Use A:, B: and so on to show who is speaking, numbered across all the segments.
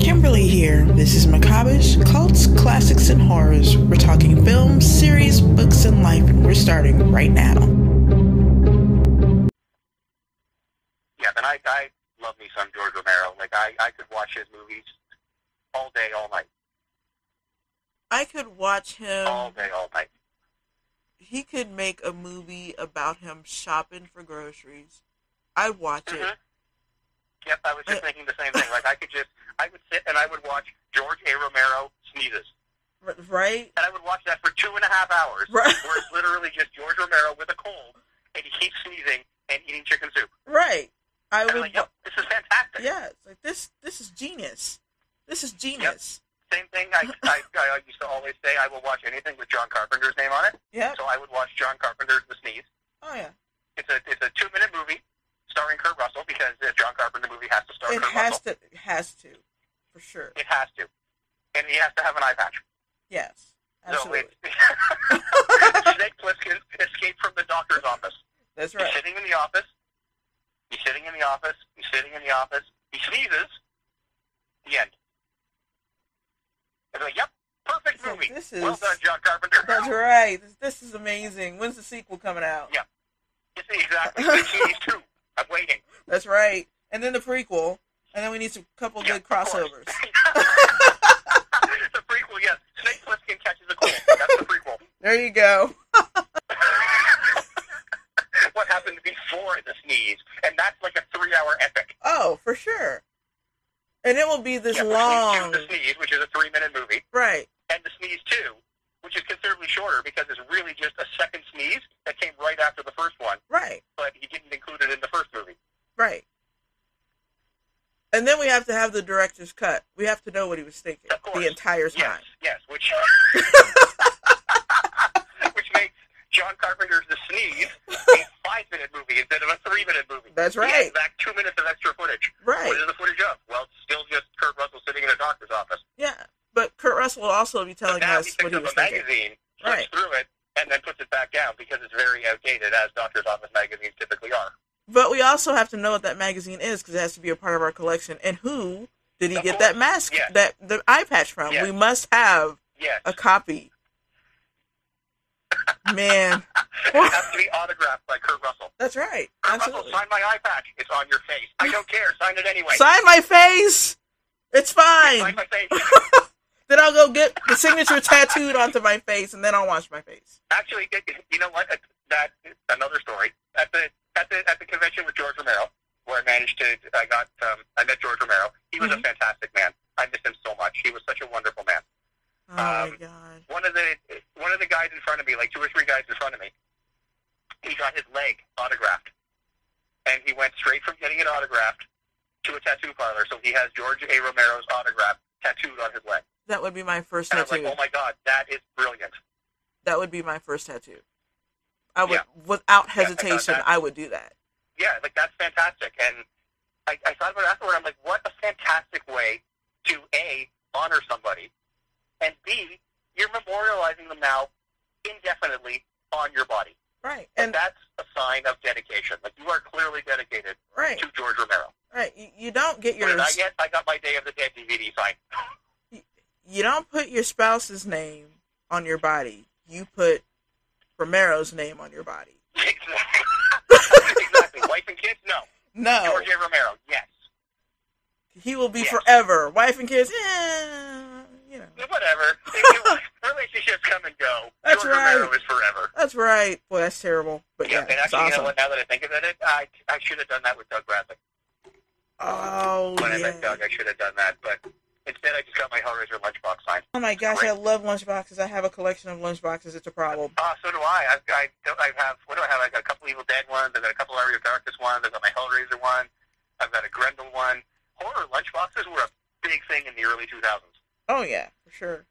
A: Kimberly here. This is Macabish, Cults, Classics, and Horrors. We're talking films, series, books, and life, and we're starting right now.
B: yeah, then I, I love me some George Romero. Like I, I could watch his movies all day, all night,
C: I could watch him.
B: all day, all night.
C: He could make a movie about him shopping for groceries. I'd watch it.
B: Mhm. Yep, I was just
C: Uh,
B: thinking the same thing. Like I could just, I would sit and I would watch George A. Romero sneezes,
C: R- right?
B: and I would watch that for two and a half hours,
C: Right.
B: where it's literally just George Romero with a cold, and he keeps sneezing and eating chicken soup.
C: Right. I
B: And I'm
C: would.
B: like, yep, this is fantastic.
C: yeah. It's like this. This is genius. This is genius.
B: Same thing. I, I, I used to always say I will watch anything with John Carpenter's name on it.
C: Yeah.
B: So I would watch John Carpenter's The Sneeze.
C: Oh yeah.
B: It's a it's a two minute movie starring Kurt Russell because the John Carpenter movie has to star
C: It
B: Kurt
C: has
B: Russell.
C: to. It has to. For sure.
B: It has to, and he has to have an eye patch.
C: Yes. Absolutely.
B: So it's Snake Plissken escaped from the doctor's office.
C: That's
B: He's
C: right.
B: sitting in the office. He's sitting in the office. He's sitting in the office. He sneezes. The end. I was like, "Yep, perfect
C: It's like,
B: movie.
C: this
B: Well
C: is-
B: done, John Carpenter."
C: That's right. This, this is amazing. When's the sequel coming out?
B: Yeah. It's exactly. Sneeze two. I'm waiting.
C: That's right. And then the prequel. And then we need some couple
B: Yeah,
C: good
B: of course.
C: crossovers.
B: the prequel, yes. Snake Plissken catches a cold. That's the prequel.
C: There you go.
B: what happened before the sneeze? And that's like a three-hour epic.
C: Oh, for sure. And it will be this
B: Yeah, between
C: long.
B: The sneeze, which is a three-minute movie,
C: Right.
B: and the sneeze two, which is considerably shorter because it's really just a second sneeze that came right after the first one,
C: Right.
B: but he didn't include it in the first movie.
C: Right. And then we have to have the director's cut. We have to know what he was thinking
B: Of course.
C: the entire
B: Yes,
C: time.
B: yes, which which makes John Carpenter's The Sneeze a five-minute movie instead of a three-minute movie.
C: That's
B: He
C: right.
B: adds back two minutes of extra footage. What
C: Right.
B: is the footage of? Well, it's still just Kurt Russell sitting in a doctor's office.
C: Yeah. But Kurt Russell will also be
B: But
C: telling
B: now
C: us
B: he
C: Oh,
B: picks
C: what he
B: up
C: was
B: a
C: thinking.
B: magazine, flips
C: Right.
B: through it, and then puts it back down because it's very outdated, as doctor's office magazines typically are.
C: But we also have to know what that magazine is because it has to be a part of our collection. And who did he
B: Of
C: get
B: course.
C: that mask,
B: Yes.
C: that the eye patch from?
B: Yes.
C: We must have
B: Yes.
C: a copy. Man,
B: it has to be autographed by Kurt Russell.
C: that's right.
B: Kurt
C: Absolutely.
B: Russell, sign my eye patch. It's on your face. I don't care. Sign it anyway.
C: Sign my face. It's
B: Sign
C: fine.
B: my face.
C: Then I'll go get the signature tattooed onto my face, and then I'll wash my face.
B: Actually, it- it- you know what? That- That another story at the at the at the convention with George Romero, where I managed to I got um, I met George Romero. He was a
C: Mhm.
B: fantastic man. I miss him so much. He was such a wonderful man.
C: Oh my
B: Um,
C: god.
B: One of the one of the guys in front of me, like two or three guys in front of me, he got his leg autographed, and he went straight from getting it autographed to a tattoo parlor. So he has George A. Romero's autograph tattooed on his leg.
C: That would be my first
B: And I was like,
C: tattoo.
B: oh my god, that is brilliant.
C: That would be my first tattoo. I would,
B: Yeah.
C: without
B: Yeah, I got
C: hesitation,
B: that.
C: I would do that.
B: yeah, like that's fantastic. And I, I thought about it afterward. I'm like, what a fantastic way to a honor somebody, and b you're memorializing them now indefinitely on your body.
C: Right.
B: And
C: And
B: that's a sign of dedication. Like you are clearly dedicated
C: right,
B: to George Romero.
C: right. You, you don't get
B: What
C: your
B: did I get? I got my Day of the Dead DVD signed.
C: you don't put your spouse's name on your body. You put Romero's name on your body.
B: exactly. exactly. Wife and kids? No.
C: No.
B: George A. Romero? Yes.
C: He will be
B: Yes.
C: forever. Wife and kids, yeah, you know.
B: Whatever. It- it- Relationships come and go.
C: That's
B: George
C: right.
B: Romero is forever.
C: That's right. Boy, that's terrible. But
B: Yeah,
C: yeah,
B: and
C: it's
B: actually, you know
C: awesome.
B: what? Now that I think about it, I I should have done that with Doug Bradley.
C: Oh,
B: When I
C: yeah.
B: met Doug, I should have done that, but instead, I just got my Hellraiser lunchbox signed.
C: Oh my gosh,
B: Great.
C: I love lunchboxes. I have a collection of lunchboxes. It's a problem.
B: Ah, so do I. I've, I don't. I have. What do I have? I got a couple Evil Dead ones. I got a couple Area of Darkness ones. I got my Hellraiser one. I've got a Grendel one. Horror lunchboxes were a big thing in the early 2000s,
C: Oh yeah, for sure.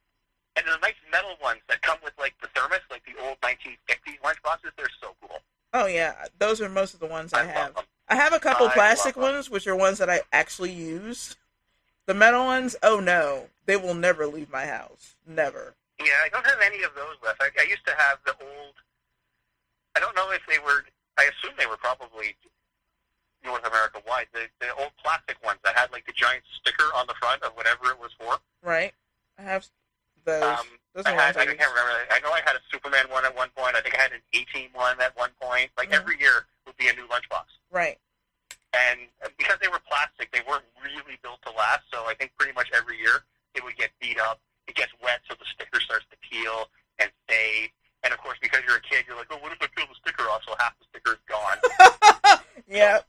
B: and the nice metal ones that come with like the thermos, like the old 1950s lunchboxes. They're so cool.
C: Oh yeah, those are most of the ones I,
B: I
C: have.
B: love them.
C: I have a couple
B: I
C: plastic
B: love 'em.
C: ones, which are ones that I actually use. The metal ones, oh no, they will never leave my house. Never.
B: Yeah, I don't have any of those left. I, I used to have the old. I don't know if they were. I assume they were probably North America wide. The, the old plastic ones that had like the giant sticker on the front of whatever it was for.
C: Right. I have those.
B: Um,
C: those
B: I,
C: are the
B: had,
C: ones
B: I can't
C: I use.
B: remember. I know I had a Superman one at one point. I think I had an A Team one at one point. Like
C: Mhm.
B: every year would be a new lunchbox.
C: Right.
B: And because they were plastic, they weren't really built to last. So I think pretty much every year it would get beat up. It gets wet, so the sticker starts to peel and fade. And of course, because you're a kid, you're like, oh, what if I peel the sticker off? So half the sticker is gone.
C: Yeah.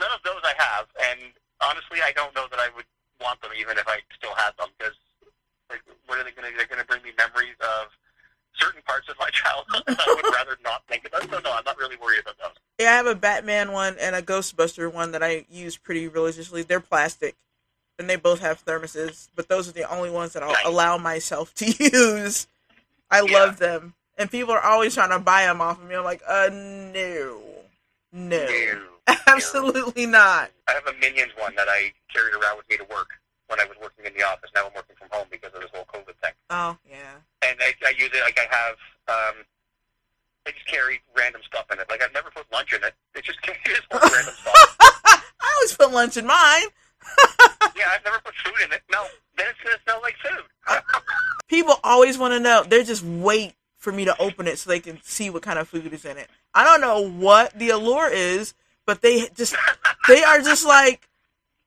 B: None of those I have, and honestly, I don't know that I would want them even if I still had them because, like, what are they going to? They're going to bring me memories of certain parts of my childhood that I would rather not think about. So no, I'm not really worried about those.
C: Yeah, I have a Batman one and a Ghostbuster one that I use pretty religiously. They're plastic, and they both have thermoses, but those are the only ones that I'll
B: Right.
C: allow myself to use. I
B: Yeah.
C: love them, and people are always trying to buy them off of me. I'm like, uh, no, no, absolutely not.
B: I have a Minions one that I carried around with me to work when I was working in the office. Now I'm working from home because of this whole COVID thing.
C: Oh yeah,
B: and I, I use it like I have. Um, I just carry random stuff in it. Like I've never put lunch in it. It just carries just holds random stuff.
C: I always put lunch in mine.
B: Yeah, I've never put food in it. No, then it's gonna smell like food.
C: People always want to know. They're just wait for me to open it so they can see what kind of food is in it. I don't know what the allure is, but they just they are just like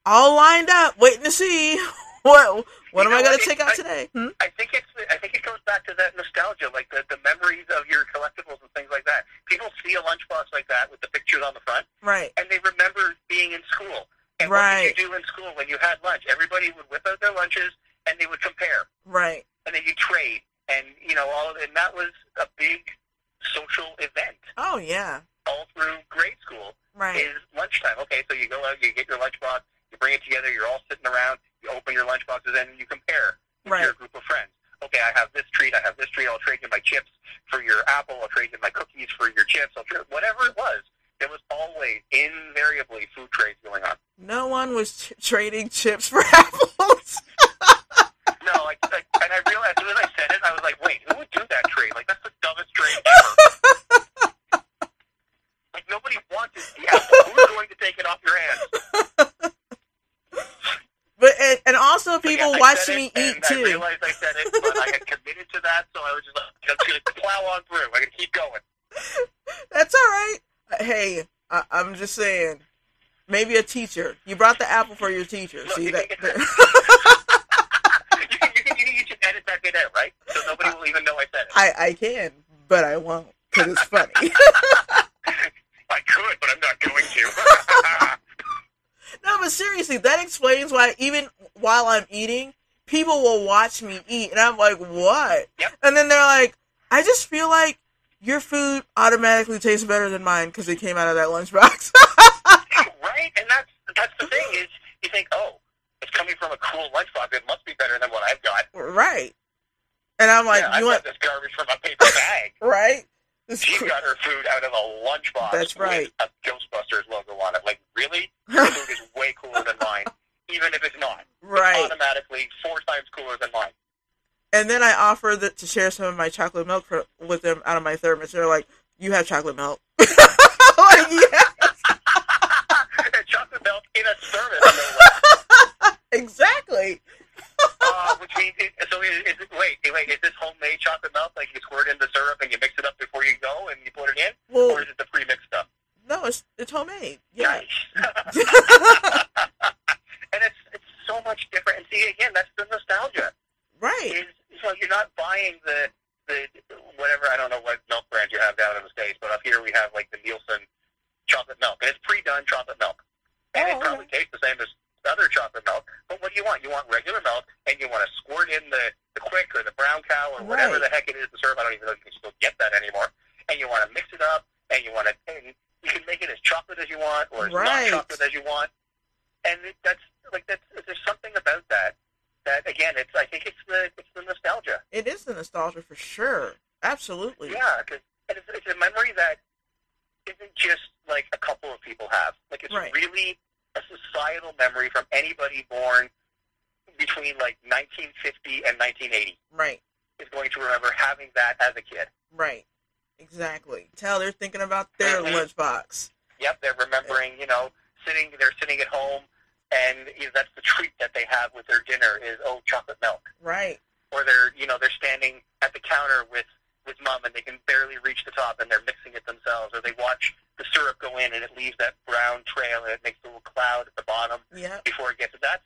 C: all lined up, waiting to see what what
B: You
C: am I
B: know
C: gonna
B: what?
C: take
B: It-
C: out
B: I-
C: today. Hmm?
B: I think it's. I think it goes back to that nostalgia, like the the memories of your collectibles and things like that. People see a lunchbox like that with the pictures on the front,
C: Right,
B: and they remember being in school. And
C: Right.
B: what did you do in school when you had lunch? Everybody would whip out their lunches and they would compare.
C: right,
B: and then you trade, and you know all, and that was a big social event
C: oh yeah,
B: all through grade school.
C: right,
B: Is lunchtime okay? So you go out, you get your lunchbox, you bring it together, you're all sitting around, you open your lunchboxes, and you compare with
C: Right.
B: your group of friends. Okay, I have this treat, I have this treat. I'll trade you my chips for your apple. I'll trade you my cookies for your chips. I'll trade whatever it was. There was always invariably food trades going on.
C: no one was ch- trading chips for apples.
B: No, like, like, and I realized as soon as I said it, I was like, wait, who would do that trade? Like, that's the dumbest trade ever. like, nobody wants it. Yeah, who's going to take it off your hands?
C: But and, and also
B: But
C: people
B: yeah, I
C: watched
B: said
C: me
B: it, and
C: eat too.
B: I realized I said it, but I had committed to that, so I was just like, I'm just going to plow on through. I'm going to keep going.
C: That's all right. Uh, Hey, I, I'm just saying. Maybe a teacher. You brought the apple for your teacher.
B: Look,
C: See
B: you
C: that?
B: can get- You can, you can, you can, you can edit that bit out, right? So nobody will even know I said it.
C: I I can, but I won't because it's funny.
B: I could, but I'm not going to.
C: no, but seriously, that explains why even while I'm eating, people will watch me eat, and I'm like, what?
B: Yep.
C: And then they're like, I just feel like your food automatically tastes better than mine because it came out of that lunchbox.
B: right? And that's that's the thing is you think, oh, it's coming from a cool lunchbox. It must be better than what I've got.
C: right. And I'm like,
B: yeah, I
C: you
B: got
C: want
B: this garbage from a paper bag.
C: right? This
B: She got her food out of a lunchbox.
C: That's right.
B: With a Ghostbusters logo on it. Like, really? Your food is way cooler than mine, even if it's not.
C: right.
B: Automatically, four times cooler than mine.
C: And then I offer the, to share some of my chocolate milk for, with them out of my thermos. They're like, "You have chocolate milk." like, yeah,
B: Chocolate milk in a service, no less.
C: exactly.
B: uh, which means it, so. Is, is it, wait, wait, is this homemade chocolate milk? Like you squirt in the syrup and you mix it up before you go and you put it in,
C: Well,
B: or is it the pre-mixed stuff?
C: no, it's it's homemade. Yeah,
B: Nice. and it's it's so much different. And see, again, that's the nostalgia.
C: right.
B: Is so you're not buying the the whatever I don't know what milk brand you have down in the states, but up here we have like the Nielsen chocolate milk, and it's pre-done chocolate milk, and
C: Oh,
B: it probably tastes the same as other chocolate milk. But what do you want? You want regular milk, and you want to squirt in the the quick or the brown cow or whatever
C: Right.
B: the heck it is to serve. I don't even know if you can still get that anymore. And you want to mix it up, and you want to and you can make it as chocolate as you want, or as
C: Right.
B: not chocolate as you want. And it- that's like that's there's something about that that again it's I think it's the it's the nostalgia.
C: It is the nostalgia for sure. Absolutely.
B: Yeah, because it's, it's a memory that isn't just like a couple of people have. Like it's
C: Right.
B: really a societal memory from anybody born between like 1950 and 1980
C: Right.
B: is going to remember having that as a kid.
C: Right. Exactly. Tell they're thinking about their
B: Mhm.
C: lunchbox.
B: Yep, they're remembering you know sitting they're sitting at home, and you know, that's the treat that they have with their dinner is oh chocolate milk,
C: Right.
B: or they're you know they're standing at the counter with with mom and they can barely reach the top and they're mixing it themselves, or they watch the syrup go in and it leaves that brown trail and it makes a little cloud at the bottom
C: Yep.
B: before it gets. That's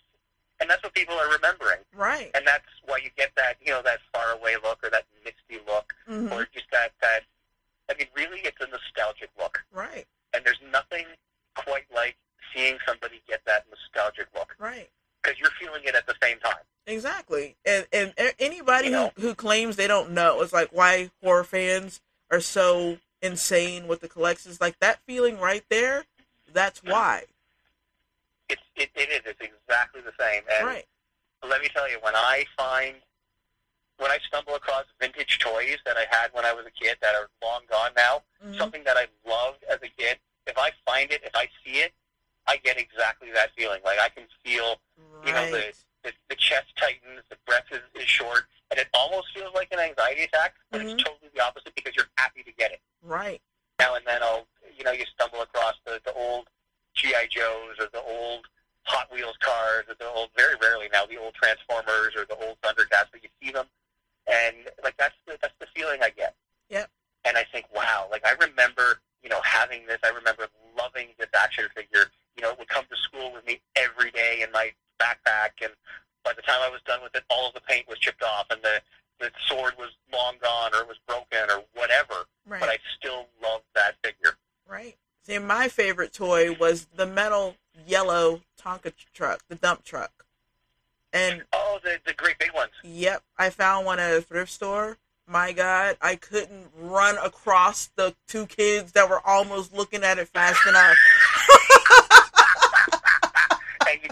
B: and that's what people are remembering,
C: Right.
B: and that's why you get that you know that far away look or that misty look
C: hmm
B: or just that that. I mean, really, it's a nostalgic look
C: Right.
B: and there's nothing quite like seeing somebody get that nostalgic look
C: Right.
B: because you're feeling it at the same time.
C: Exactly. And and a- anybody
B: You know?
C: who, who claims they don't know is like why horror fans are so insane with the collections. Like that feeling right there, that's why.
B: It's it, it is it's exactly the same. And
C: Right.
B: let me tell you, when I find when I stumble across vintage toys that I had when I was a kid that are long gone now,
C: Mhm.
B: something that I loved as a kid, if I find it, if I see it, I get exactly that feeling. Like I can feel you know, the-
C: Right.
B: the, the chest tightens, the breath is, is short, and it almost feels like an anxiety attack, but
C: Mhm.
B: it's totally the opposite because you're happy to get it.
C: Right.
B: now and then I'll you know you stumble across the, the old GI Joes or the old Hot Wheels cars or the old very rarely now the old Transformers or the old Thundercats but you see them and like that's the, that's the feeling I get.
C: Yep.
B: And I think wow like I remember you know having this I remember loving this action figure you know it would come to school with me every day in my backpack and by the time I was done with it all of the paint was chipped off and the the sword was long gone or it was broken or whatever
C: Right.
B: but I still love that figure.
C: Right. See, my favorite toy was the metal yellow Tonka truck, the dump truck. And
B: Oh, the the great big ones.
C: yep, I found one at a thrift store. My God, I couldn't run across the two kids that were almost looking at it fast enough.
B: And you,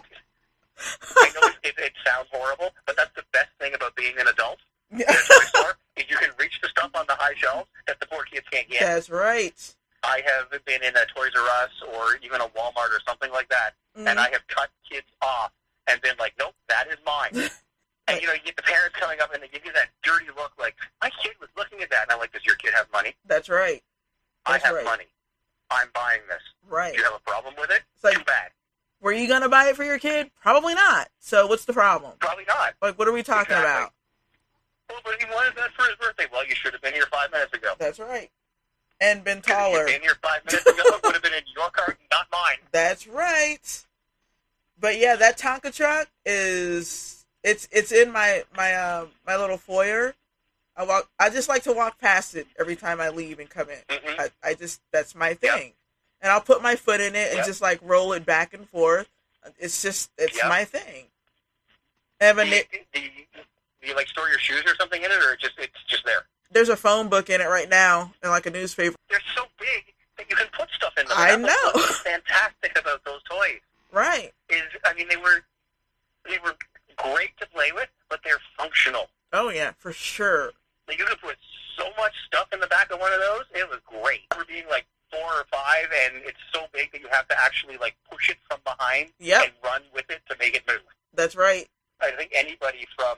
B: I know it, it, it sounds horrible, but that's the best thing about being an adult in a toy store is you can reach the stuff on the high shelves that the poor kids can't get.
C: That's right.
B: I have been in a Toys R Us or even a Walmart or something like that,
C: Mm-hmm.
B: and I have cut kids off and been like, "Nope, that is mine." And you know, you get the parents coming up and they give you that dirty look, like my kid was looking at that, and I'm like, "Does your kid have money?
C: That's right. That's
B: I have
C: right.
B: money. I'm buying this.
C: Right.
B: Do you have a problem with it?
C: It's like-
B: Too bad.
C: Were you gonna buy it for your kid? Probably not. So what's the problem?
B: Probably not.
C: Like, what are we talking
B: Exactly.
C: about?
B: Well, but he wanted that for his birthday. Well, you should have been here five minutes ago.
C: That's right. And been
B: If
C: taller.
B: you'd been here five minutes ago, it would have been in your car, not mine.
C: That's right. But yeah, that Tonka truck is it's it's in my my um my little foyer. I walk. I just like to walk past it every time I leave and come in.
B: Mm-hmm.
C: I, I just that's my
B: Yeah.
C: thing, and I'll put my foot in it and
B: Yeah.
C: just like roll it back and forth. It's just it's
B: Yeah.
C: my thing. I have a
B: Do, you,
C: na-
B: do, you, do you like store your shoes or something in it, or it just it's just there?
C: there's a phone book in it right now and like a newspaper.
B: They're so big that you can put stuff in them.
C: I
B: And that's
C: know.
B: What's fantastic about those toys
C: Right.
B: is, I mean, they were they were great to play with, but they're functional.
C: Oh yeah, for sure.
B: Like you could put so much stuff in the back of one of those. It was great. For being like four or five, and it's so big that you have to actually like push it from behind
C: Yep,
B: and run with it to make it move.
C: that's right.
B: I think anybody from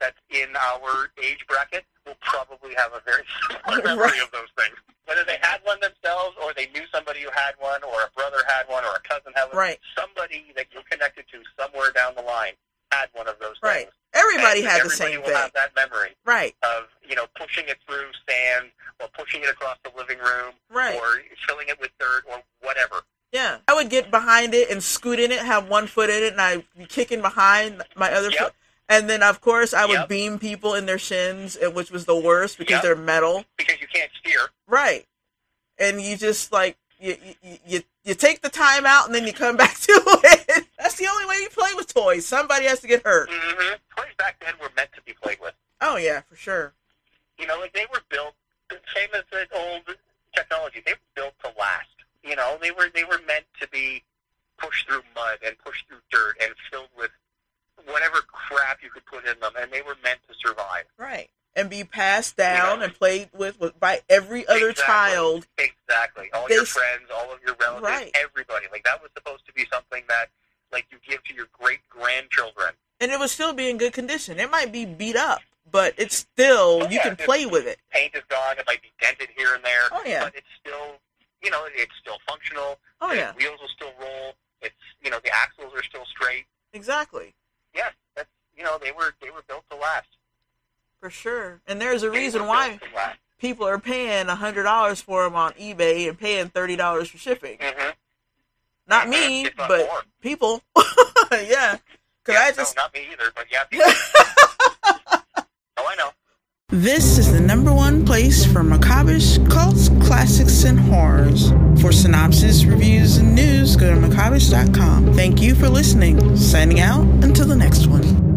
B: that's in our age bracket will probably have a very similar memory
C: Right.
B: of those things. Whether they had one themselves, or they knew somebody who had one, or a brother had one, or a cousin had one.
C: Right.
B: Somebody that you're connected to somewhere down the line had one of those
C: Right.
B: things.
C: Everybody
B: And
C: had the
B: everybody
C: same
B: will
C: thing.
B: have that memory
C: Right.
B: of you know pushing it through sand or pushing it across the living room
C: Right.
B: or filling it with dirt or whatever.
C: Yeah, I would get behind it and scoot in it, have one foot in it, and I'd be kicking behind my other
B: Yep.
C: foot. And then, of course, I would
B: Yep.
C: beam people in their shins, and which was the worst because
B: Yep.
C: they're metal.
B: Because you can't steer.
C: Right. And you just like you, you you you take the time out, and then you come back to it. That's the only way you play with toys. Somebody has to get hurt.
B: Mm-hmm. Toys back then were meant to be played with.
C: Oh yeah, for sure.
B: You know, like they were built the same as the old technology. They were built to last. You know, they were they were meant to be pushed through mud and pushed through dirt and filled with whatever crap you could put in them, and they were meant to survive.
C: Right. And be passed down
B: Yeah.
C: and played with, with by every other
B: Exactly.
C: child.
B: Exactly. All
C: They
B: your
C: s-
B: friends, all of your relatives,
C: Right.
B: everybody. Like that was supposed to be something that like you give to your great grandchildren.
C: and it would still be in good condition. It might be beat up, but it's still you
B: Oh, Yeah,
C: can
B: it's-
C: play with it.
B: Paint is gone, it might be dented here and there.
C: Oh yeah,
B: But it's still you know, it's still functional.
C: Oh
B: the
C: yeah,
B: wheels will still roll. It's you know the axles are still straight.
C: exactly.
B: Yes, that's you know they were they were built to last.
C: For sure. And there's a
B: They
C: reason
B: were
C: why
B: built to last.
C: people are paying $100 for them on eBay and paying $30 for shipping.
B: Mhm.
C: Not me,
B: If not
C: but
B: more.
C: people. yeah. Cuz
B: yeah,
C: I just
B: no, not me either, but yeah. people- oh, I know.
A: This is the number one place for Macabish cults, classics, and horrors. For synopsis, reviews, and news, go to macabish.com. Thank you for listening. Signing out until the next one.